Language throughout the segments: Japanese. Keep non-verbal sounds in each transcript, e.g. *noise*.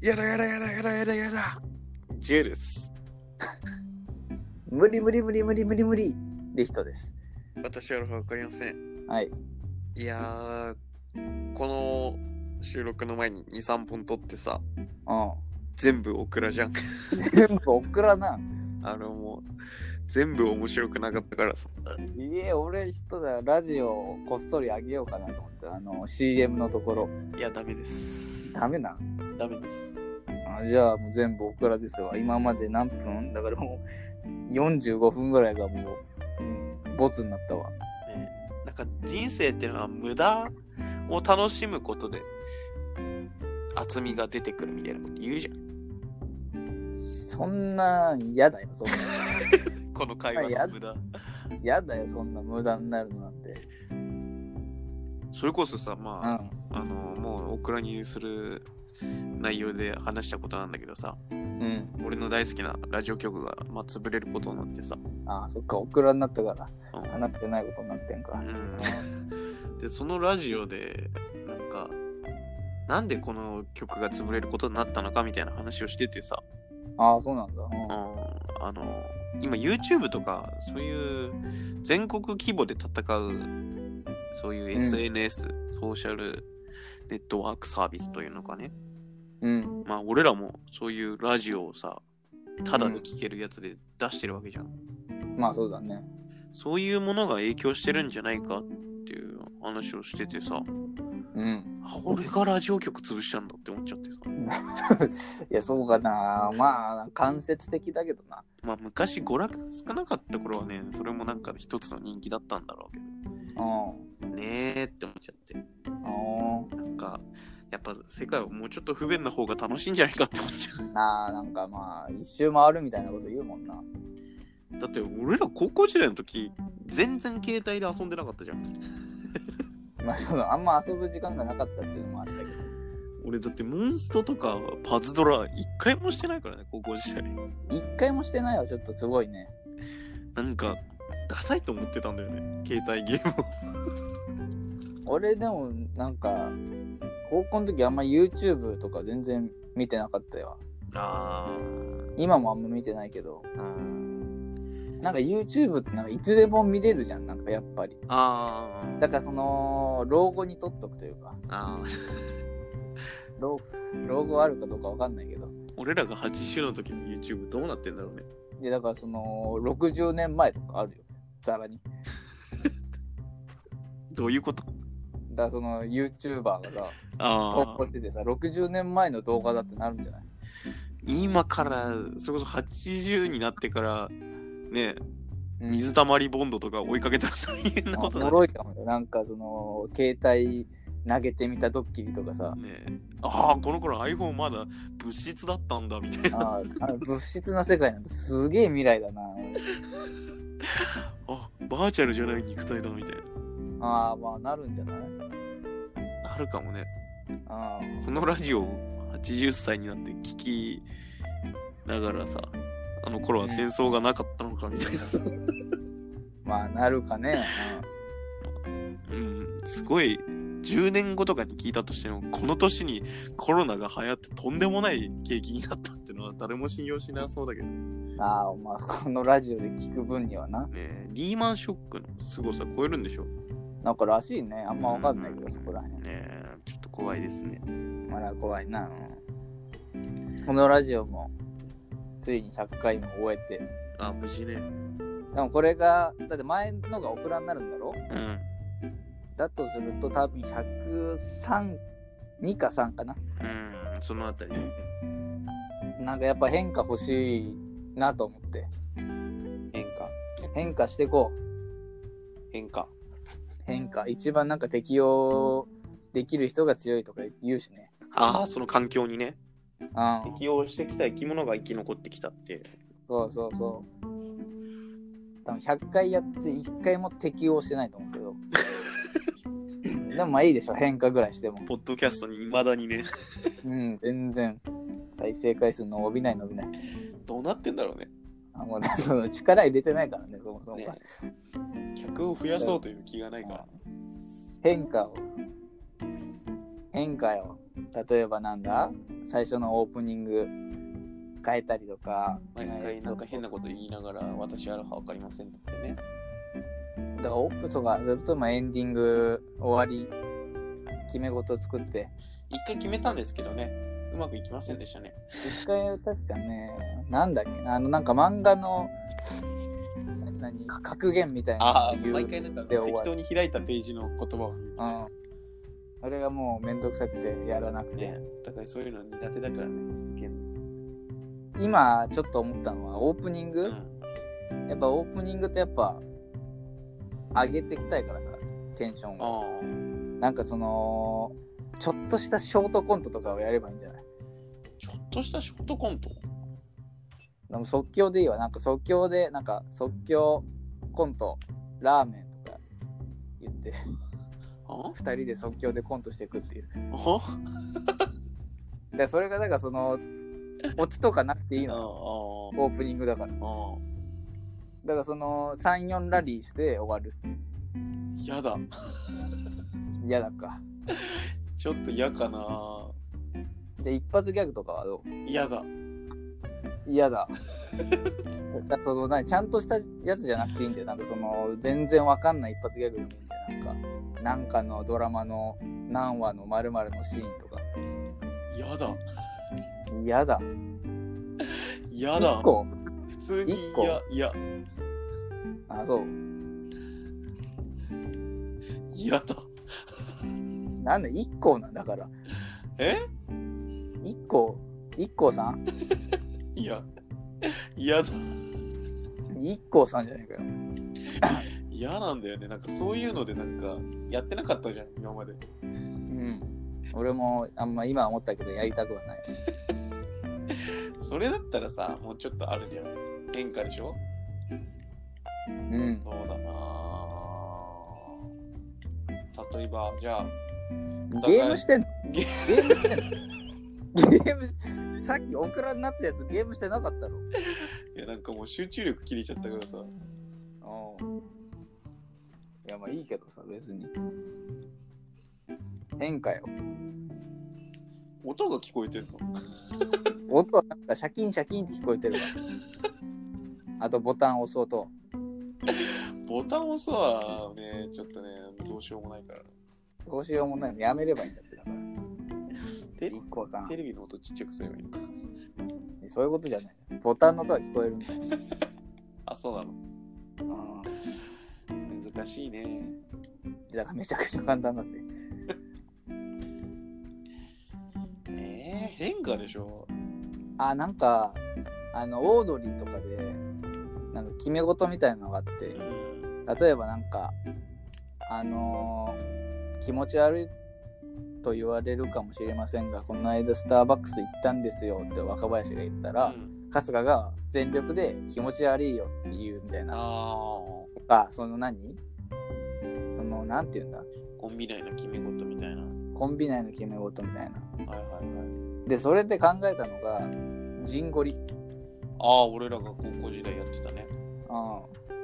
やだやだやだやだやだやだ。J です。無理無理無理無理無理無理リヒトです。私はわかりません。はい。いやー、この収録の前に2、3本撮ってさ、うん。全部オクラじゃん。 *laughs* 全部オクラな。あのもう、全部面白くなかったからさ。いえ、俺人だ、ラジオをこっそり上げようかなと思ったら、あの、CM のところ、いや、ダメです。ダメな。ダメです。あじゃあもう全部オクラですわ。今まで何分だからもう45分ぐらいがもう、うん、ボツになったわ。ね、なんか人生っていうのは無駄を楽しむことで厚みが出てくるみたいなこと言うじゃん。そんな、嫌だよ、そんな。この会話の無駄。嫌だよ、そんな無駄になるのなんて。それこそさ、うまん。あ、あの、もうオクラにする内容で話したことなんだけどさ、うん。俺の大好きなラジオ局が、まあ、潰れることになってさ。ああ、そっか、オクラになったから。うんあなってないことになってんうか。んで、そのラジオで、なんか、なんでこの曲が潰れることになったのかみたいな話をしててさ、ああ、そうなんだ。うんうんあの今 YouTube とかそういう全国規模で戦うそういう SNS、ソーシャルネットワークサービスというのかねうん。まあ俺らもそういうラジオをさただで聴けるやつで出してるわけじゃん、まあそうだね。そういうものが影響してるんじゃないかっていう話をしててさうん。あ俺がラジオ局潰したんだって思っちゃってさいや、そうかな。まあ、間接的だけどな。まあ昔娯楽が少なかった頃はねそれもなんか一つの人気だったんだろうけうん。どねえって思っちゃってうなんか、やっぱ世界はもうちょっと不便な方が楽しいんじゃないかって思っちゃん。なあ、なんかまあ、一周回るみたいなこと言うもんな。う。だって俺ら高校時代の時、全然携帯で遊んでなかったじゃん。まあ、その、あんま遊ぶ時間がなかったっていうのもあったけど。俺だってモンストとかパズドラ一回もしてないからね、高校時代。 *laughs* 一回もしてないはちょっとすごいね。なんか、ダサいと思ってたんだよね、携帯ゲームを。俺でも、なんか、高校の時あんま YouTube とか全然見てなかったよ。 *laughs* あ今もあんま見てないけど、ー。なんか YouTube ってなんかいつでも見れるじゃん、なんかやっぱり。あー。だからその、老後に取っとくというか。あー老老後あるかどうかわかんないけど。 *laughs* 俺らが80の時の YouTube どうなってんだろうね。で、だからその、60年前とかあるよ。ざらに。どういうことだからその、YouTuber がさ、投あ稿あ。しててさ、60年前の動画だってなるんじゃない今から、それこそ80になってから、ね、うん水たまりボンドとか追いかけたら大変なあおことだもね、ろいかもよ。なんかその、携帯投げてみたドッキリとかさえ。ああ、この頃 iPhone まだ物質だったんだみたいな。あーあの物質な世界なんてすげえ未来だな。あバーチャルじゃない肉体だみたいああ、まあなるんじゃないな。あるかもね。あーこのラジオ80歳になって聞きながらさ、あの頃は戦争がなかったのかみた *laughs* いな。まあなるかね。うん、すごい。10年後とかに聞いたとしても、この年にコロナが流行ってとんでもない景気になったっていうのは誰も信用しなそうだけどね。うんああ、まあこのラジオで聞く分にはな。えリーマンショックの凄さ超えるんでしょなんからしいね。あんまわかんないけど、そこらへん。ねえちょっと怖いですね。まだ怖いな。うんこのラジオもついに100回も終えて。あ、無事ね。でもこれが、だって前のがオクラになるんだろうん。だとすると多分103、2か3かな。うん、そのあたり。なんかやっぱ変化欲しいなと思って。変化。変化してこう。変化。変化。一番なんか適応できる人が強いとか言うしね。ああ、その環境にね。うん。適応してきた生き物が生き残ってきたって。そうそうそう。多分100回やって1回も適応してないと思うけ *laughs* ど。でもまあいいでしょ。変化ぐらいしても。ポッドキャストに未だにね。うん、全然。再生回数伸びない伸びない。 *laughs* どうなってんだろうね。あもうねその力入れてないからね、そもそもが。ね客を増やそうという気がないうんから。変化を。変化よ。例えばなんだ最初のオープニング変えたりとか毎え回ーなんか変なこと言いながら、私アルファわかりませんっつってね。だからオープンとかそれともエンディング終わり決め事作って一回決めたんですけどね、うまくいきませんでしたね。一回確かねなんだっけなあのなんか漫画の何格言みたいあなあ、の言う毎回なんかで終適わる当に開いたページの言葉を言うみうたいなんあれがもうめんどくさくてやらなくて、ね。だからそういうの苦手だからね、続けるの。今ちょっと思ったのはオープニング、うんやっぱオープニングってやっぱ上げていきたいからさテンションをあなんかそのちょっとしたショートコントとかをやればいいんじゃなあ、いちょっとしたショートコント。でも即興でいいわなんか即興でなんか即興コントラーメンとか言ってあ2人で即興でコントしていくっていうあでそれがなんかそのオチとかなくていいあのあよオープニングだからああだからその34ラリーして終わるやだ。嫌だかちょっと嫌かな。じゃあ一発ギャグとかはどう嫌だ。嫌だだそのなちゃんとしたやつじゃなくていいんだよなんかその全然わかんない一発ギャグでもいいんだよなんかなんかのドラマの何話の〇〇のシーンとか嫌 *laughs* だ。嫌だ嫌だ1。個普通に一個嫌、あそう嫌、嫌だ。なんで1個なんだからえ1個一個さんいや、嫌だ。一個さんじゃないかよ嫌なんだよね。なんかそういうのでなんかやってなかったじゃん、今まで。うん俺もあんま今思ったけどやりたくはないそれだったらさ、もうちょっとあるじゃん。変化でしょうんそうだなぁ例えば、じゃあ、ゲームしてんのゲゲームしてんのゲームしさっきオクラになったやつゲームしてなかったろいやなんかもう集中力切れちゃったからさ。うんいやまあいいけどさ別に変化よ音が聞こえてんの音はなんかシャキンシャキンって聞こえてるわあとボタン押そうとボタン押すはね、ちょっとね、どうしようもないから。どうしようもないのやめればいいんだってだからテレ一光さんテレビの音ちっちゃくすればいいのか。そういうことじゃないボタンの音は聞こえるんだよあ、そうなの。難しいね。だからめちゃくちゃ簡単だってえー、変化でしょあなんかあのオードリーとかでなんか決め事みたいなのがあってうん。例えばなんかあのー気持ち悪いと言われるかもしれませんがこの間スターバックス行ったんですよって若林が言ったら、うん春日が全力で気持ち悪いよって言うみたいなあとかその何そのなんて言うんだー、コンビ内の決め事みたいな。コンビ内の決め事みたいなはいはいはい。でそれで考えたのがジンゴリああ、俺らが高校時代やってたね。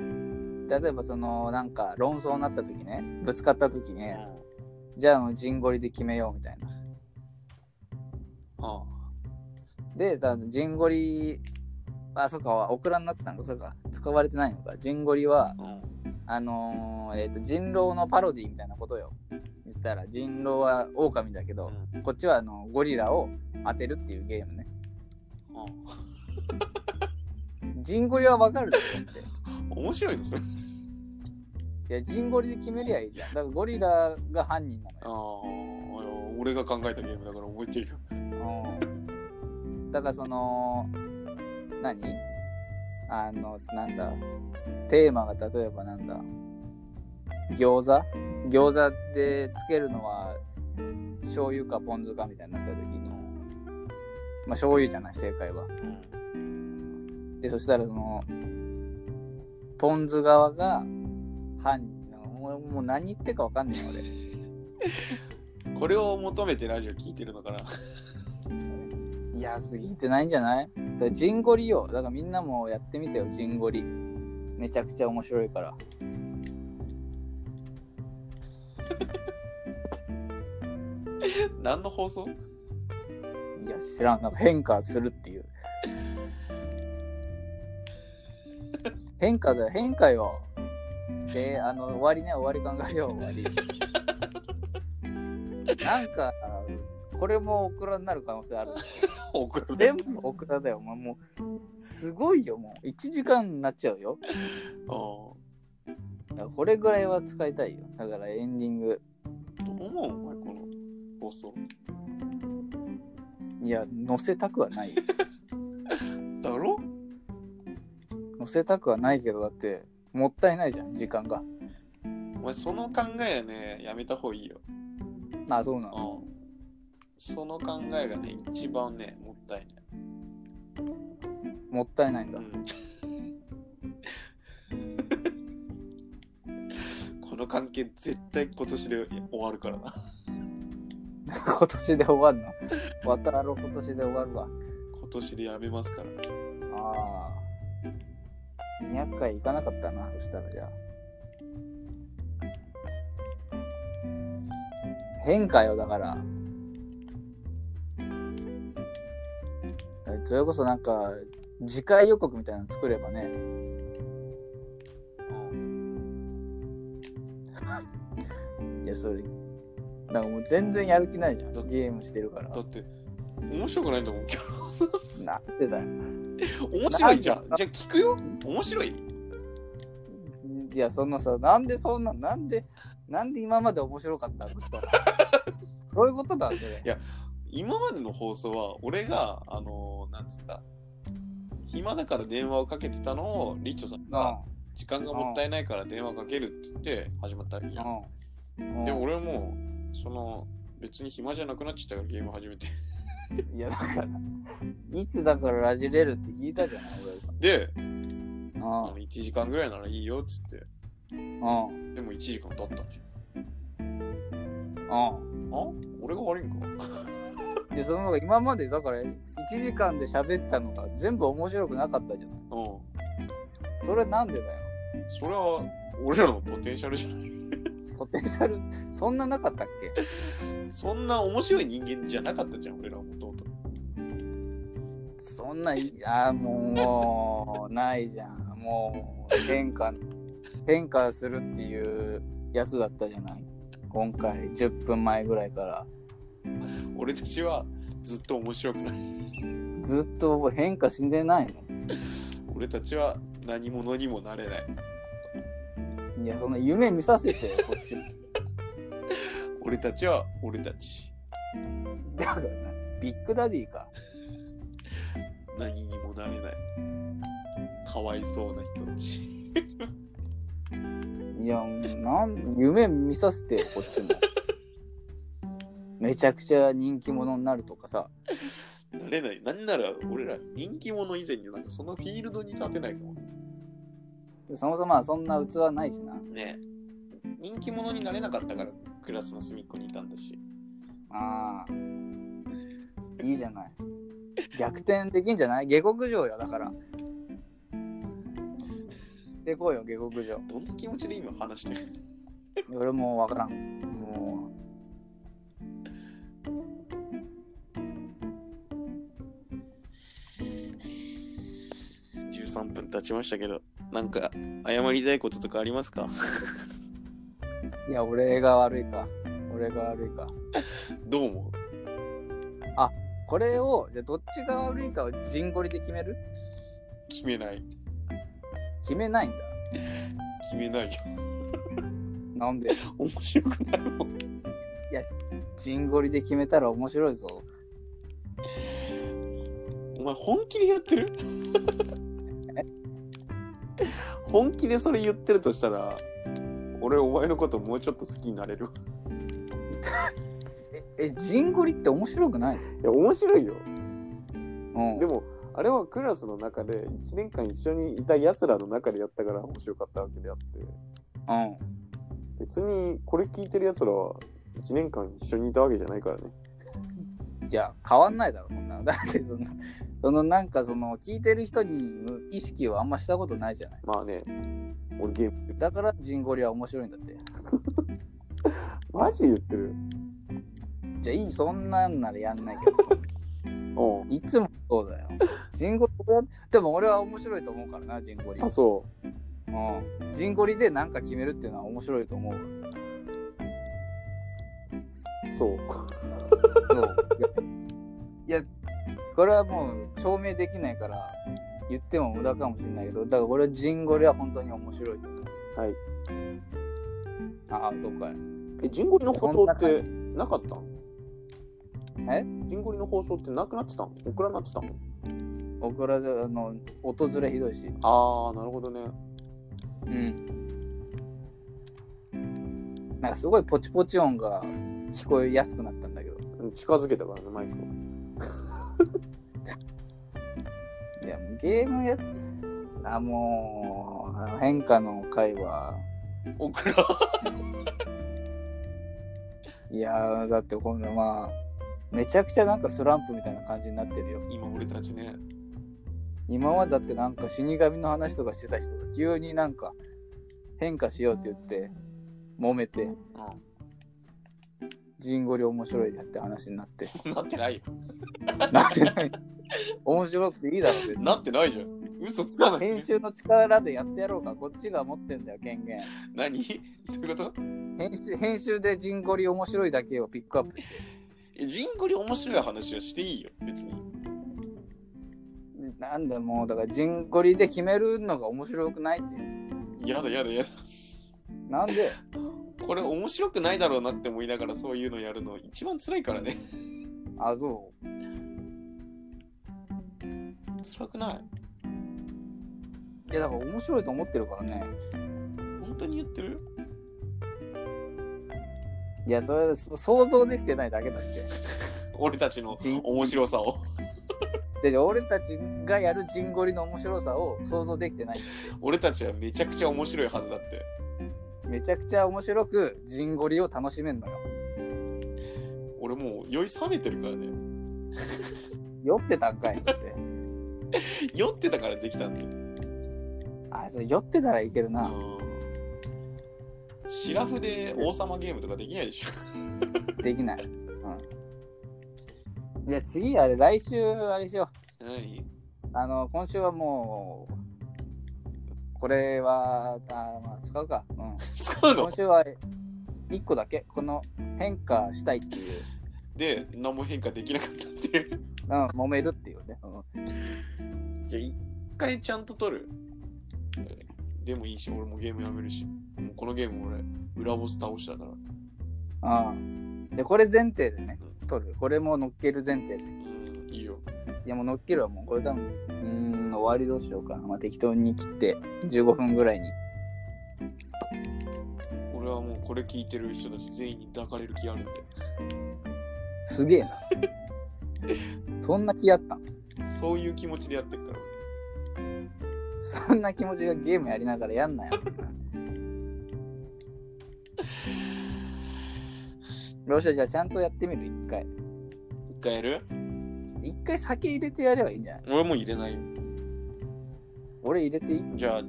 うん例えばそのなんか論争になった時ねぶつかった時うん。ねあじゃあもうジンゴリで決めようみたいなあで、だジンゴリ、あ、そっか、オクラになったのか、そっか、使われてないのか。ジンゴリは、うん。あのーえっ、と、人狼のパロディみたいなことよ。言ったら、人狼は狼だけど、こっちはあのゴリラを当てるっていうゲームね。うん *laughs* ジンゴリはわかるでしょって。い面白いのそれ。や、ジンゴリで決めりゃいいじゃん。だからゴリラが犯人なのあよ。あ、俺が考えたゲームだから覚えてるよ。うんだからその、何あの、なんだ、テーマが例えばなんだ、餃子餃子でつけるのは醤油かポン酢かみたいになった時に、まあ醤油じゃない、正解は。うん。で、そしたらその、ポン酢側が犯人なの。もうもう何言ってるかわかんない俺。これを求めてラジオ聞いてるのかな。 *laughs* いや、過ぎてないんじゃないだからジンゴリよ。だからみんなもやってみてよ、ジンゴリ。めちゃくちゃ面白いから。何の放送 *laughs* いや、知らん。なんか変化するっていう。変化だよ、変化よ。で、あの、終わりね、終わり考えよう、終わり。なんか、これもオクラになる可能性ある。送る全部オクラだよ、お前もう。すごいよ、もう。1時間になっちゃうよ。あーだからこれぐらいは使いたいよ。だからエンディング。どう思うお前この放送いや、載せたくはないよ。だろ載せたくはないけど、だって、もったいないじゃん、時間が。お前その考えはねやめた方がいいよあ、そうなの。うんその考えがね一番ねもったいもったいないんだない、。 *laughs* この関係絶対今年で終わるからな今年で終わるの渡たろ今年で終わるわ。今年でやめますからああ。200回行かなかったな、そしたらじゃあ。変化よ、だから。えそれこそなんか、次回予告みたいなの作ればね。いや、それ、なんかもう全然やる気ないじゃん。ゲームしてるからだ。って面白くないんだ *laughs* もん今なんでだよ。日面白いじゃんじゃあ聞くよ面白いいや、そのさ、なんでそんな、なんで、なんで今まで面白か *laughs* ったのさ。どういうことだそれ。今までの放送は俺があのーなんつった暇だから電話をかけてたのをリッチョさんがう時間がもったいないから電話かけるって言って始まったわけじゃんん。うん。でも俺はもうその別に暇じゃなくなっちゃったからゲーム始めて *laughs* いや、だから、いつだからラジれるって聞いたじゃない、であ俺がの1時間ぐらいならいいよっつってうん。うん。でも1時間経ったんじゃんうあ俺が悪いんかん。で、そのなんか今まで、だから、1時間で喋ったのが全部面白くなかったじゃない。うんそれなんでだよ。それは俺らのポテンシャルじゃないポテンシャル、そんななかったっけそんな面白い人間じゃなかったじゃん俺らはもともとそんない、あーもう、もう、ないじゃん。もう、変化、変化するっていうやつだったじゃない。今回、10分前ぐらいから、俺たちはずっと面白くないずっと変化死んでないの。俺たちは何者にもなれないいや、その夢見させてよ、こっちも。俺たちは俺たちだからな、ビッグダディか。何にもなれないかわいそうな人たちいや、なん、夢見させてよ、こっちも。めちゃくちゃ人気者になるとかさ。なれないなんなら俺ら人気者以前になんかそのフィールドに立てないかもそもそもまあそんな器ないしな。ねえ人気者になれなかったからクラスの隅っこにいたんだしああ。いいじゃない。逆転できんじゃない下克上よ、だから。でこうよ、下克上。どんな気持ちで今話してる俺もうわからん。も13分経ちましたけどなんか謝りたいこととかあります *laughs* かう。いや、俺が悪いか。俺が悪いか。どう思これを、じゃあどっちが悪いかを陣取りで決めるう決めない決めないんだ。決めないよなんで *laughs* 面白くないもん陣取りで決めたら面白いぞ。お前本気でや *laughs* ってる本気でそれ言ってるとしたら俺お前のこともうちょっと好きになれるえ、え、陣取りって面白くないいや面白いよのうん。でもあれはクラスの中で1年間一緒にいたやつらの中でやったから面白かったわけであってうん。別にこれ聞いてるやつらは1年間一緒にいたわけじゃないからねいや、変わんないだろ、こんなの。 *laughs* だってその、そのなんかその、聞いてる人に意識をあんましたことないじゃない。まあね俺ゲームだから、陣取りは面白いんだって。マジで言ってるじゃあいい、そんなんならやんないけど。おういつもそうだよ。ジンゴリ俺は、でも俺は面白いと思うからな、ジンゴリ。あ、そうん。ジンゴリで何か決めるっていうのは面白いと思うわ。う。そう。そういや、いやこれはもう証明できないから、言っても無駄かもしれないけど、だから俺はジンゴリは本当に面白いと思う。はい。ああ、そうかい。え、ジンゴリの放送っそんてなかったんえジンゴリの放送ってなくなってたんオクラになってたん僕らであの訪れひどいし、ああ、なるほどね。うん、なんかすごいポチポチ音が聞こえやすくなったんだけどうん近づけたからね、マイクを。いやゲームやあもうあの変化の回はオクラ。いやーだって今度まあめちゃくちゃなんかスランプみたいな感じになってるよ *laughs* 今俺たちね。今はだってなんか死神の話とかしてた人が急になんか変化しようって言って揉めてジンゴリ面白いやって話になってなってないよ。なってない。面白くていいだろ、別に。なってないじゃん。嘘つかない編。集の力でやってやろうか、こっちが持ってんだよ、権限。何 *laughs* どういうこと編集編集でジンゴリ面白いだけをピックアップして。えジンゴリ面白い話はしていいよ、別に。なんだもう、だからジンゴリで決めるのが面白くないっていう。やだやだやだ。なんで、これ面白くないだろうなって思いながらそういうのやるの一番辛いからね。 *laughs* あ、そ。辛くないういや、だから面白いと思ってるからね。本当に言ってるいや、それそ想像できてないだけだって。俺たちのジン面白さを。でで俺たちがやるジンゴリの面白さを想像できてない。俺たちはめちゃくちゃ面白いはずだって。めちゃくちゃ面白くジンゴリを楽しめんのよ。俺もう酔い冷めてるからね。酔ってたんかいって。酔ってたからできたんだよ。あ、それ酔ってたらいけるな。うんシラフで王様ゲームとかできないでしょ。 *laughs* できない。うん。じゃあ次、あれ、来週、あれしよ何う。あの、今週はもう、これは、あまあ、使うか。うん。使うの今週は、1個だけ。この、変化したいっていう。で、何も変化できなかったっていう。うん、揉めるっていうね。うんじゃあ一回ちゃんと取る。でもいいし、俺もゲームやめるし。もうこのゲーム俺、裏ボス倒したから。うん。で、これ前提でね、取る。これも乗っける前提うで。ん、いいよ。いや、もう乗っけるはもう、これ多分、うーん、終わりどうしようかな。まあ、適当に切って、15分ぐらいに。俺はもうこれ聞いてる人たち全員に抱かれる気あるんだよ。すげえな。そんな気あったんそういう気持ちでやってるからそんな気持ちがゲームやりながらやんなよ。よっしゃ、じゃあちゃんとやってみる、一回。俺。一回やる一回酒入れてやればいいんじゃない俺もう入れないよ。俺入れていいじゃあ、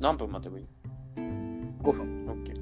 何分待てばいい5分。オッケー。